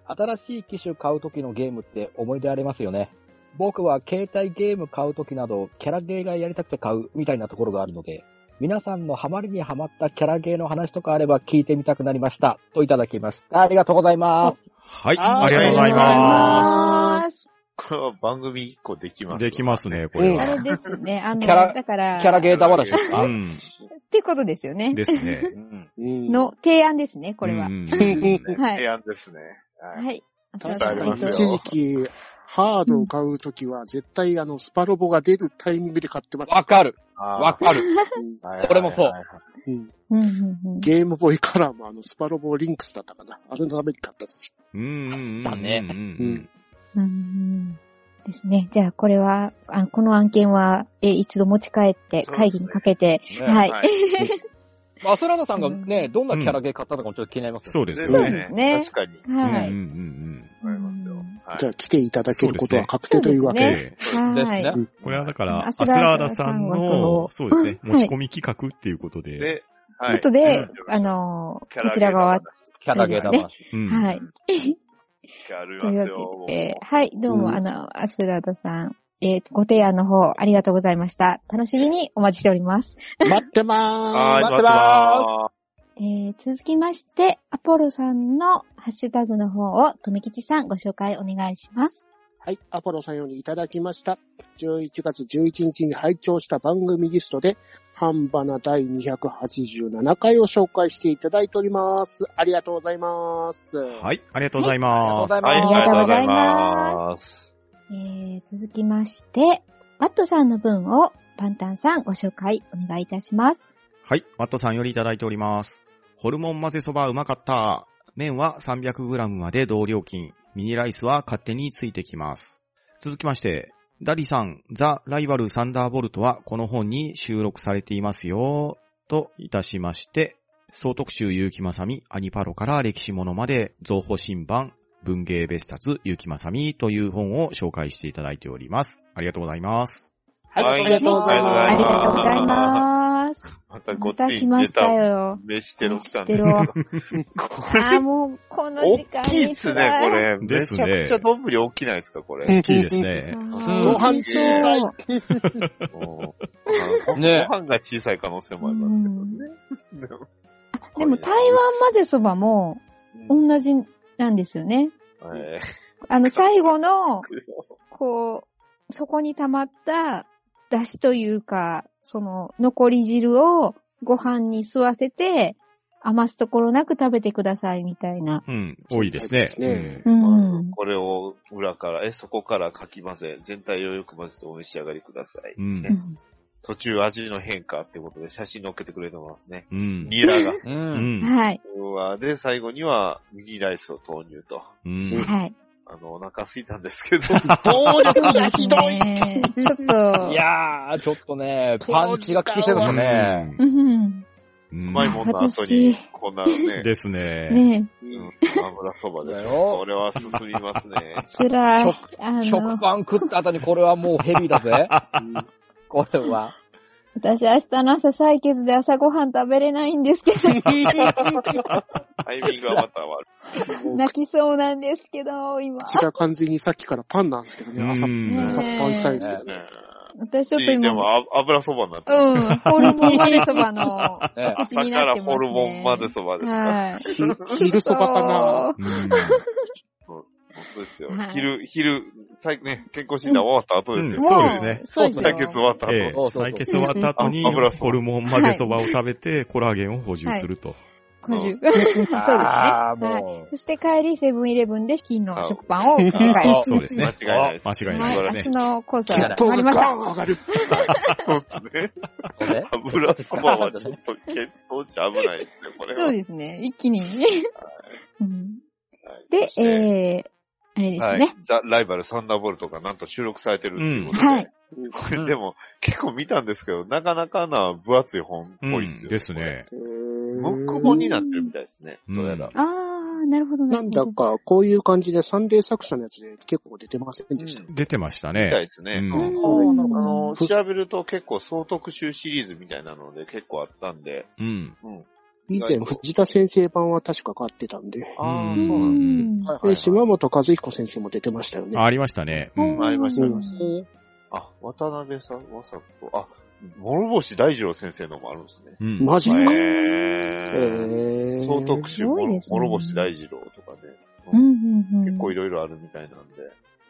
Speaker 4: 新しい機種買う時のゲームって思い出ありますよね。僕は携帯ゲーム買う時など、キャラゲーがやりたくて買うみたいなところがあるので、皆さんのハマりにハマったキャラゲーの話とかあれば聞いてみたくなりました。といただきました。ありがとうございます。
Speaker 5: はい、ありがとうございます。
Speaker 3: す。
Speaker 1: これは番組一個できます。
Speaker 5: でき
Speaker 1: す。
Speaker 5: ますね、これ
Speaker 3: あ
Speaker 5: は。
Speaker 3: れですね。あの、
Speaker 4: キャラ
Speaker 3: だから、
Speaker 4: キャラ
Speaker 3: っ
Speaker 4: ゲーだ話です
Speaker 5: う
Speaker 4: か
Speaker 5: ん。
Speaker 3: てことですよね。
Speaker 5: です ね。
Speaker 4: うん。
Speaker 2: うん
Speaker 3: の提案ですね、これは。
Speaker 5: うん
Speaker 3: はい
Speaker 1: 提案ですね。はい。
Speaker 3: はい。
Speaker 2: 確
Speaker 1: あり
Speaker 2: かに
Speaker 1: ま
Speaker 2: 一
Speaker 1: すよ
Speaker 2: 時期、ハードを買うときは、絶対あの、スパロボが出るタイミングで買ってました。
Speaker 4: わかる。わ
Speaker 1: あ
Speaker 4: か る。
Speaker 1: ーはいはいはいはい
Speaker 4: これもそう
Speaker 2: うん
Speaker 3: うんうんうん
Speaker 2: ゲームボーイカラーもあの、スパロボリンクスだったかな。あれのために買ったし。
Speaker 5: うん。うん。
Speaker 4: だね
Speaker 5: うん。
Speaker 3: うんうんですね。じゃあ、これは、あこの案件は、え、一度持ち帰って、会議にかけて、
Speaker 1: ね
Speaker 3: はい
Speaker 4: まあ、そらなさんが
Speaker 3: う
Speaker 4: ね、どんなキャラゲー買ったのかもちょっと気になります
Speaker 5: そうです
Speaker 1: そ
Speaker 5: よ
Speaker 1: う
Speaker 3: う
Speaker 1: で
Speaker 3: です
Speaker 5: ね。
Speaker 3: ね
Speaker 1: ね。確かに。
Speaker 3: は
Speaker 5: うん
Speaker 3: い。
Speaker 5: うん
Speaker 1: 思いますよ。はい
Speaker 2: じゃあ来ていただけることは確定というわ
Speaker 5: うん。
Speaker 2: けで。
Speaker 5: で、
Speaker 4: ね。です
Speaker 3: はい
Speaker 4: ね。。
Speaker 5: これはだから、ア
Speaker 3: ア
Speaker 5: ス
Speaker 3: ス
Speaker 5: ラ
Speaker 3: ラ
Speaker 5: ー
Speaker 3: ー
Speaker 5: ダ
Speaker 3: ダ
Speaker 5: さ
Speaker 3: さ
Speaker 5: ん
Speaker 3: ん
Speaker 5: の、
Speaker 3: の
Speaker 5: そうですね、
Speaker 3: はい
Speaker 5: 持ち込み企画っていうことで、
Speaker 1: で、はい。
Speaker 3: ことで、あ
Speaker 1: の、
Speaker 3: の、
Speaker 1: キャラ
Speaker 3: こちら側、
Speaker 4: キャラゲーだ話。
Speaker 5: うん
Speaker 3: はい。という
Speaker 1: やりますよ
Speaker 3: わ。けで、はい、どうも、あの、アスラーダさん、えーご提案の方、ありがとうございました。楽しみにお待ちしております。
Speaker 2: 待ってま
Speaker 1: は
Speaker 2: ー
Speaker 1: い、
Speaker 2: す。
Speaker 1: 待ってま
Speaker 3: えー続きまして、アポロさんのハッシュタグの方を、とめきちさんご紹介お願いします。
Speaker 2: はい、アポロさんよりいただきました。11月11日に拝聴した番組リストで、ハンバナ第287回を紹介していただいております。ありがとうございます。
Speaker 5: はい、ありがとうございます。
Speaker 1: す。は
Speaker 3: あ
Speaker 1: い、
Speaker 3: りがとうござい
Speaker 1: ありがとうござ
Speaker 3: ま
Speaker 1: います。
Speaker 3: えー続きまして、バットさんの分を、パンタンさんご紹介お願いいたします。
Speaker 5: はい、ワットさんよりいただいております。ホルモン混ぜそばうまかった。麺は 300g まで同料金。ミニライスは勝手についてきます。続きまして、ダディさん、ザ・ライバル・サンダーボルトはこの本に収録されていますよ、といたしまして、総特集結城まさみ、アニパロから歴史ものまで、増補新版、文芸別冊結城まさみという本を紹介していただいております。ありがとうございます。
Speaker 2: はい、
Speaker 1: はい
Speaker 2: ありがとうございます。
Speaker 3: ありがとうござい
Speaker 1: す
Speaker 3: ます。
Speaker 1: またご
Speaker 3: ま
Speaker 1: っつ
Speaker 3: た
Speaker 1: い
Speaker 3: 来ま
Speaker 1: ネ
Speaker 3: した
Speaker 1: タ、
Speaker 3: よ。
Speaker 1: 飯テロ来た
Speaker 3: 知
Speaker 1: ん
Speaker 3: って
Speaker 1: で。
Speaker 3: るわ
Speaker 1: こ
Speaker 3: あ
Speaker 1: れ
Speaker 3: ー、もう、この時間
Speaker 1: 大
Speaker 3: に
Speaker 1: きいっすね、こ
Speaker 3: 辛い。
Speaker 1: れ。め
Speaker 5: です
Speaker 1: ち
Speaker 5: ね
Speaker 1: ゃくちゃ丼大きないですか、これ。
Speaker 5: 大きいですね。
Speaker 2: ご飯小さい。
Speaker 1: もう
Speaker 4: ね
Speaker 1: ご飯が小さい可能性もありますけどね。でも
Speaker 3: でも台湾混ぜそばも同じなんですよね。
Speaker 1: はい
Speaker 3: あの最後の、こう、そこに溜まった出汁というか、その残り汁をご飯に吸わせて余すところなく食べてくださいみたいな。
Speaker 5: うん、多いですね。
Speaker 2: そうですね
Speaker 5: うん
Speaker 3: うん。
Speaker 1: これを裏から、え、そこからかき混ぜ、全体をよく混ぜてお召し上がりください。
Speaker 5: うん
Speaker 3: うん
Speaker 1: 途中味の変化ってことで写真載っけてくれてますね。
Speaker 5: うん。
Speaker 1: ニラが。
Speaker 4: う。
Speaker 5: うんん。
Speaker 3: はい。
Speaker 1: うわで、最後にはミニライスを投入と。
Speaker 5: うん。
Speaker 3: はい。
Speaker 1: あの、お腹空いたんです けど。
Speaker 2: どう力が
Speaker 3: です
Speaker 2: ひどい。
Speaker 3: ね。ちょっと。
Speaker 4: いやー、ちょっとね、パンチが効いてる
Speaker 5: う
Speaker 4: のね。
Speaker 5: ん
Speaker 3: うん。
Speaker 5: う
Speaker 1: うんまいもんの後に
Speaker 3: 外し、
Speaker 1: こんなね、
Speaker 5: ですね。
Speaker 3: ねえ
Speaker 1: うん、油そばで
Speaker 4: だ
Speaker 1: す。
Speaker 4: よ
Speaker 1: これは進みま すね。
Speaker 3: 辛い。あの
Speaker 4: 食、パン食った後にこれはもうヘビーだぜ。これは。
Speaker 3: 私明日の朝採血で朝ごはん食べれないんです けど、
Speaker 1: タイミングはまた悪
Speaker 3: 泣きそうなんですけど、今。
Speaker 2: 口が完全にさっきからパンなんですけどね、朝、
Speaker 5: うん
Speaker 2: 朝パンしたいんですけど
Speaker 1: い
Speaker 2: ね。
Speaker 1: ね。
Speaker 3: 私ちょっと
Speaker 1: でも、
Speaker 3: 今、
Speaker 1: あ油そばになってる。
Speaker 3: うん、ホルモンまでそばの
Speaker 4: ね
Speaker 3: 口
Speaker 1: 朝
Speaker 3: にな
Speaker 1: か
Speaker 3: っ
Speaker 1: ら
Speaker 3: てます、ね。
Speaker 1: ホルモンまでそばですか。
Speaker 3: はい。
Speaker 2: ひ昼そばかな
Speaker 5: うん
Speaker 1: そうですよ
Speaker 3: はい。
Speaker 1: 昼、昼、最ね、健康診断終わった後です
Speaker 5: うん
Speaker 1: よ。
Speaker 5: そうですね
Speaker 3: そうですよ
Speaker 1: 採血終わった後。
Speaker 5: ええ、
Speaker 4: そうそうそう
Speaker 5: 採血終わった後に
Speaker 1: うん油そば
Speaker 5: ホルモン混ぜそばを食べてコラーゲンを補充すると。
Speaker 3: 50そううんですね。
Speaker 4: あー
Speaker 3: はい。
Speaker 4: も
Speaker 3: そして帰り、セブンイレブンで金の食パンを買う。
Speaker 1: あ
Speaker 3: は
Speaker 5: そうです
Speaker 1: 間
Speaker 5: ね
Speaker 1: 違。いないです。
Speaker 5: 間違い
Speaker 3: い。
Speaker 5: ないです
Speaker 3: 明
Speaker 5: ね
Speaker 3: 日。のコース
Speaker 4: は
Speaker 3: は
Speaker 4: いう
Speaker 3: 決まりました。
Speaker 2: ン上がる。
Speaker 1: そうですね。
Speaker 4: う、これ
Speaker 1: 油そばはちょっと血糖値危ないですね、これは。
Speaker 3: そう ですね。一気に。うん
Speaker 1: はい
Speaker 3: で、
Speaker 1: そして
Speaker 3: えー、あれです
Speaker 1: はい
Speaker 3: ね。。
Speaker 1: ザ・ライバル・サンダーボルトがなんと収録されてるっていうことで。
Speaker 3: うんはい
Speaker 1: これでも、結構見たんですけど、なかなかな分厚い本っ
Speaker 5: う
Speaker 1: ぽいですよ、
Speaker 5: んです。ね。
Speaker 1: 文庫本になってるみたいですね。どうやら。
Speaker 5: うん
Speaker 3: あー、なるほど、な
Speaker 2: な
Speaker 3: る
Speaker 2: ん
Speaker 3: ほ
Speaker 2: だ
Speaker 3: ど。
Speaker 2: か、こういう感じでサンデー作者のやつで結構出てませんでした。
Speaker 5: 出てました
Speaker 1: みたい
Speaker 5: ね。
Speaker 1: ですね。
Speaker 5: うん
Speaker 1: う
Speaker 3: う
Speaker 1: ん
Speaker 3: ん
Speaker 1: あの、調べると結構総特集シリーズみたいなので結構あったんで。
Speaker 5: うん。
Speaker 1: うん。
Speaker 2: 以前、藤田先生版は確か買ってたんで。
Speaker 1: ああ、
Speaker 5: うん
Speaker 1: そうなんだ。
Speaker 3: だ。
Speaker 1: はいは
Speaker 2: で、
Speaker 1: い
Speaker 2: 島本和彦先生も出てましたよね。
Speaker 5: ありましたね。うん
Speaker 1: ありました
Speaker 2: う
Speaker 1: ね
Speaker 2: ん。
Speaker 1: あ、渡辺さん、わさと、あ、諸星大二郎先生のもあるんですね。
Speaker 5: うん
Speaker 2: マジっすか
Speaker 1: へ
Speaker 2: え
Speaker 1: ー。
Speaker 2: ー
Speaker 1: 総特集、
Speaker 3: すごい
Speaker 1: 諸
Speaker 3: ですね
Speaker 1: 諸星大二郎とかね。
Speaker 3: うんうんうん。
Speaker 1: 結構いろいろあるみたいなんで。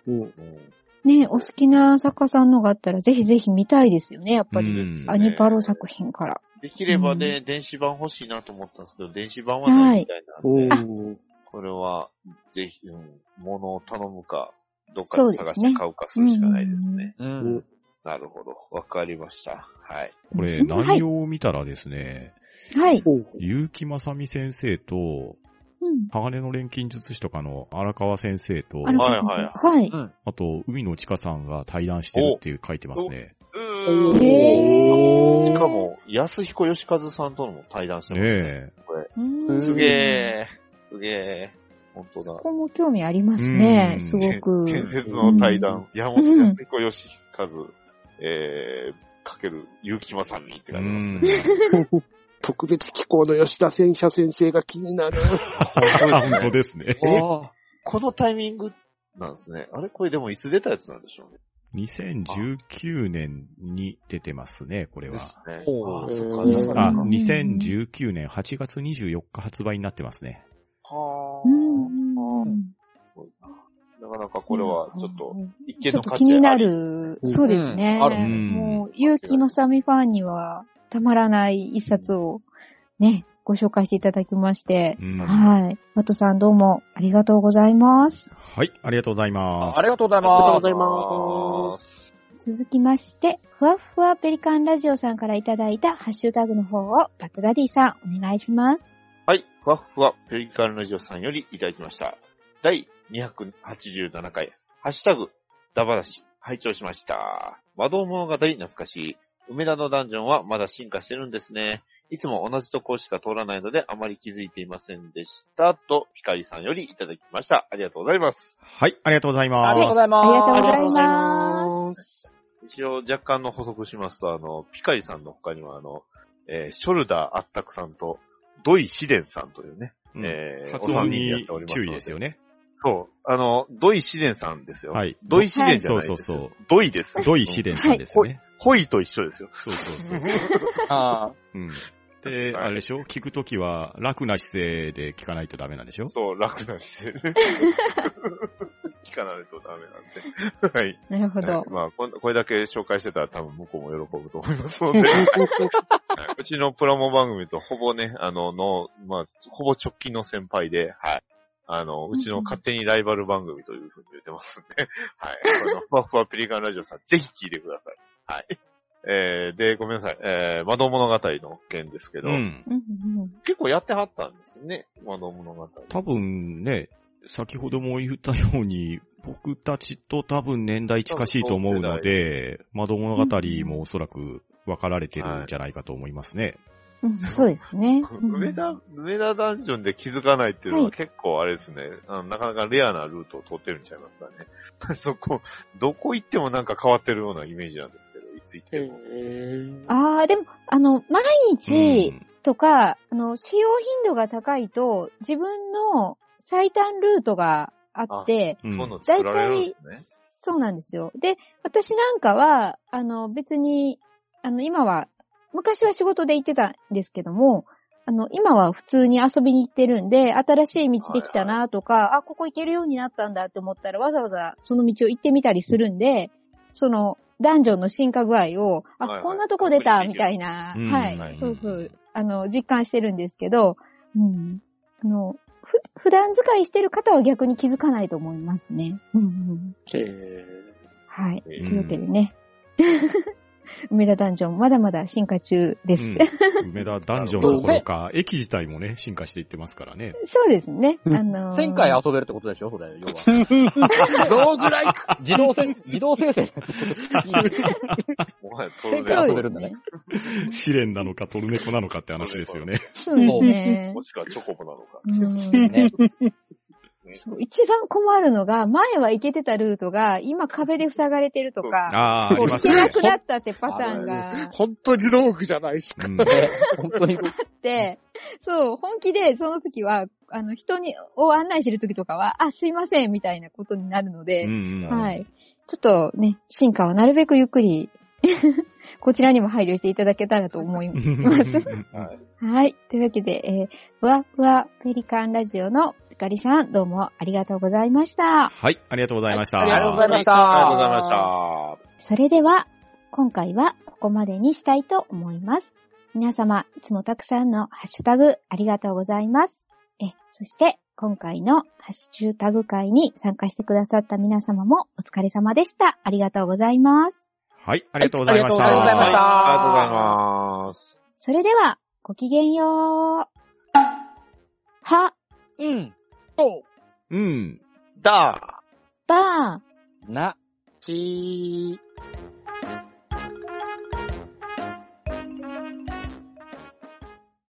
Speaker 2: うん。
Speaker 3: ね、お好きな作家さんのがあったら、ぜひぜひ見たいですよね、やっぱ
Speaker 5: う
Speaker 3: り。
Speaker 5: ん
Speaker 3: アニパロ作品から。
Speaker 1: できればね、電子版欲しいなと思ったんですけど、電子版はないみたいなん
Speaker 2: お
Speaker 1: で、これは、ぜひ、うん、物を頼むか、どっか
Speaker 3: そう
Speaker 1: で
Speaker 3: ですね
Speaker 1: 探して買うかするしかないです
Speaker 3: うんうん
Speaker 1: ね。
Speaker 4: う
Speaker 2: うんん。
Speaker 1: なるほど。わかりました。はい。
Speaker 5: これ、
Speaker 3: うんは
Speaker 5: 内
Speaker 3: い。
Speaker 5: 容を見たらですね、
Speaker 3: はい。
Speaker 2: お
Speaker 5: 結城正美先生と、
Speaker 3: うん。
Speaker 5: 鋼の錬金術師とかの荒川先生と、
Speaker 3: 荒川
Speaker 1: はい
Speaker 3: 先生はい。
Speaker 5: あと、海野千佳さんが対談してるっていう書いてますね。
Speaker 1: う
Speaker 2: ー
Speaker 3: へー
Speaker 1: しかも、安彦義和さんとのも対談してますね。
Speaker 5: ね
Speaker 3: うん
Speaker 1: すげえ。すげえ。本当
Speaker 3: そ
Speaker 1: だ。
Speaker 3: こも興味ありますね、
Speaker 5: うん
Speaker 3: すごく。
Speaker 1: 建設の対談。山本
Speaker 3: うん
Speaker 1: 安彦義和、えー、かける結城まさみって
Speaker 5: え。
Speaker 1: 書いてますね。
Speaker 2: 特別機構の吉田戦車先生が気になる。
Speaker 5: 本当ですね。
Speaker 1: え
Speaker 4: あ
Speaker 1: このタイミングなんですね。あれこれでもいつ出たやつなんでしょうね。
Speaker 5: 2019年に出てますね、これ
Speaker 1: で
Speaker 5: は。
Speaker 1: すね。
Speaker 4: ほう
Speaker 1: あーそっか
Speaker 2: うん
Speaker 1: ですね
Speaker 5: あ、
Speaker 1: は
Speaker 5: 2019年8月24日発売になってますね。
Speaker 1: あ
Speaker 3: うん。
Speaker 1: なかなかこれはちょっと、一見
Speaker 3: ちょ
Speaker 1: の
Speaker 3: っと
Speaker 1: 価値
Speaker 3: 気にな
Speaker 1: あり。
Speaker 3: る。そうですね。
Speaker 4: うんある
Speaker 5: うん
Speaker 3: もう、結城まさみファンにはたまらない一冊をね、ご紹介していただきまして。
Speaker 5: うん
Speaker 3: はい。マトさんどうもありがとうございます。
Speaker 5: はい、ありがとうございま
Speaker 4: あ。
Speaker 5: す。
Speaker 4: ありがとうござい
Speaker 2: ありがとう
Speaker 4: ま
Speaker 2: ご
Speaker 4: す
Speaker 2: ざ。います。
Speaker 3: 続きまして、ふわっふわペリカンラジオさんからいただいたハッシュタグの方をバツダディさんお願いします。
Speaker 1: はい。ふわっふわ、ペリカンラジオさんよりいただきました。第287回、ハッシュタグ、ダバダシ、拝聴しました。魔導物語懐かしい。梅田のダンジョンはまだ進化してるんですね。いつも同じとこしか通らないので、あまり気づいていませんでした。と、ヒカリさんよりいただきました。ありがとうございます。
Speaker 5: はい、ありがとうございます。
Speaker 4: ありがとうございます。
Speaker 3: ありがとうございます
Speaker 2: す。
Speaker 1: 一応若干の補足しますと、あの、ピカリさんの他には、あの、えーショルダーあったくさんと、ドイシデンさんというね、
Speaker 5: うん
Speaker 1: えー、お
Speaker 5: 発
Speaker 1: 三
Speaker 5: 音
Speaker 1: 人でやっており
Speaker 5: に
Speaker 1: ますの
Speaker 5: 注意ですよね。
Speaker 1: そう。あの、ドイシデンさんですよ。
Speaker 5: はい。
Speaker 1: ドイシデンじゃないです
Speaker 5: そ
Speaker 1: よ
Speaker 5: うそうそう。
Speaker 1: ドイです。
Speaker 5: ドイシデンさんですよね。
Speaker 1: ホイと一緒ですよ。
Speaker 5: そうそうそうそう。
Speaker 4: ああ
Speaker 5: うん。で、あれでしょ聞くときは楽な姿勢で聞かないとダメなんでしょ
Speaker 1: そう、楽な姿勢ね。聞かないとダメなんで。はい。
Speaker 3: なるほど
Speaker 1: はい。まあこん、これだけ紹介してたら多分向こうも喜ぶと思いますので、はいうちのプラモ番組とほぼね、あの、の、まあ、ほぼ直近の先輩で、はい。あの、うちの勝手にライバル番組というふうに言ってますんで、 はい。このふわふわペリカンラジオさん、ぜひ聞いてください。はい。えー、で、ごめんなさい。えー、窓物語の件ですけど、
Speaker 5: うん。
Speaker 3: うんうん
Speaker 1: 結構やってはったんですね、窓物語。
Speaker 5: 多分ね、先ほども言ったように、僕たちと多分年代近しいと思うので、窓物語もおそらく分かられてるんじゃないかと思いますね。
Speaker 3: うんそうですね。うん
Speaker 1: 梅田、梅田ダンジョンで気づかないっていうの
Speaker 3: は
Speaker 1: はい結構あれですね、あのなかなかレアなルートを通ってるんちゃいますかね。 そこ、どこ行ってもなんか変わってるようなイメージなんですけど、いつ行っても。
Speaker 3: ああ、でも、あの、毎日
Speaker 5: うん
Speaker 3: とか、あの、使用頻度が高いと、自分の最短ルートがあって、
Speaker 5: うん
Speaker 1: そういうの
Speaker 3: だ
Speaker 1: 作
Speaker 3: い
Speaker 1: られ
Speaker 3: た
Speaker 1: るん
Speaker 3: い
Speaker 1: ですね。、
Speaker 3: そうなんですよ。で、私なんかは、あの、別に、あの、今は、昔は仕事で行ってたんですけども、あの、今は普通に遊びに行ってるんで、新しい道できたなとか、あ、ここ行けるようになったんだって思ったら、わざわざその道を行ってみたりするんで、その、ダンジョンの進化具合を、あ、
Speaker 1: はいはい
Speaker 3: こんなとこ出た、
Speaker 1: 確認で
Speaker 3: み
Speaker 1: きる
Speaker 3: たいな、
Speaker 5: うん
Speaker 3: はい、
Speaker 5: はい
Speaker 3: そうそう、あの、実感してるんですけど、うん。あの、ふ、普段使いしてる方は逆に気づかないと思いますね。うんうん。はい。
Speaker 1: え
Speaker 5: う
Speaker 1: ー
Speaker 5: ん
Speaker 3: というわけでね。 梅田ダンジョン、まだまだ進化中です。
Speaker 5: うん梅田ダンジョンどころか、駅自体もね、進化していってますからね。
Speaker 3: そうですね。あ
Speaker 2: うん
Speaker 3: のー
Speaker 4: 1000回遊べるってことでしょそれ、要は。
Speaker 2: どうぐらい
Speaker 4: 自動せ、自動生成。
Speaker 1: もはや当
Speaker 4: 世界
Speaker 1: 然
Speaker 3: そ
Speaker 4: を遊べ
Speaker 3: う
Speaker 4: る
Speaker 3: です
Speaker 4: んだね
Speaker 3: ね。
Speaker 5: 試練なのかトルネコなのかって話ですよね。
Speaker 3: そうですね
Speaker 1: も。しくはチョコボなのか。
Speaker 3: うん
Speaker 4: ね。
Speaker 3: そう一番困るのが、前は行けてたルートが、今壁で塞がれてるとか、
Speaker 5: ああ、あ
Speaker 3: こう
Speaker 5: りま
Speaker 3: 行
Speaker 5: す
Speaker 3: けな
Speaker 5: ね。
Speaker 3: くなったってパターンがあっ
Speaker 2: 本当にローグじゃないですか。
Speaker 5: うん
Speaker 4: ね本当に。
Speaker 3: て、そう、本気でその時は、あの、人に、を案内してる時とかは、あ、すいません、みたいなことになるので、
Speaker 5: うんうん
Speaker 3: はい。ちょっとね、進化をなるべくゆっくり、 こちらにも配慮していただけたらと思います。 はい。というわけで、えー、ふわふわペリカンラジオの光さん、どうもありがとうございました。
Speaker 5: はい、ありがとうございました。
Speaker 2: はいありがとうございました。
Speaker 1: ありがとうございました。
Speaker 3: それでは、今回はここまでにしたいと思います。皆様、いつもたくさんのハッシュタグありがとうございます。え、そして、今回のハッシュタグ会に参加してくださった皆様もお疲れ様でした。ありがとうございます。
Speaker 5: はい、ありがとうございました。
Speaker 2: ありがとうございました
Speaker 1: はいありがとうございます。
Speaker 3: それでは、ごきげんよう。は、
Speaker 4: うん。と、
Speaker 5: うん。
Speaker 1: だ
Speaker 3: ばー。
Speaker 4: な、
Speaker 2: ちー。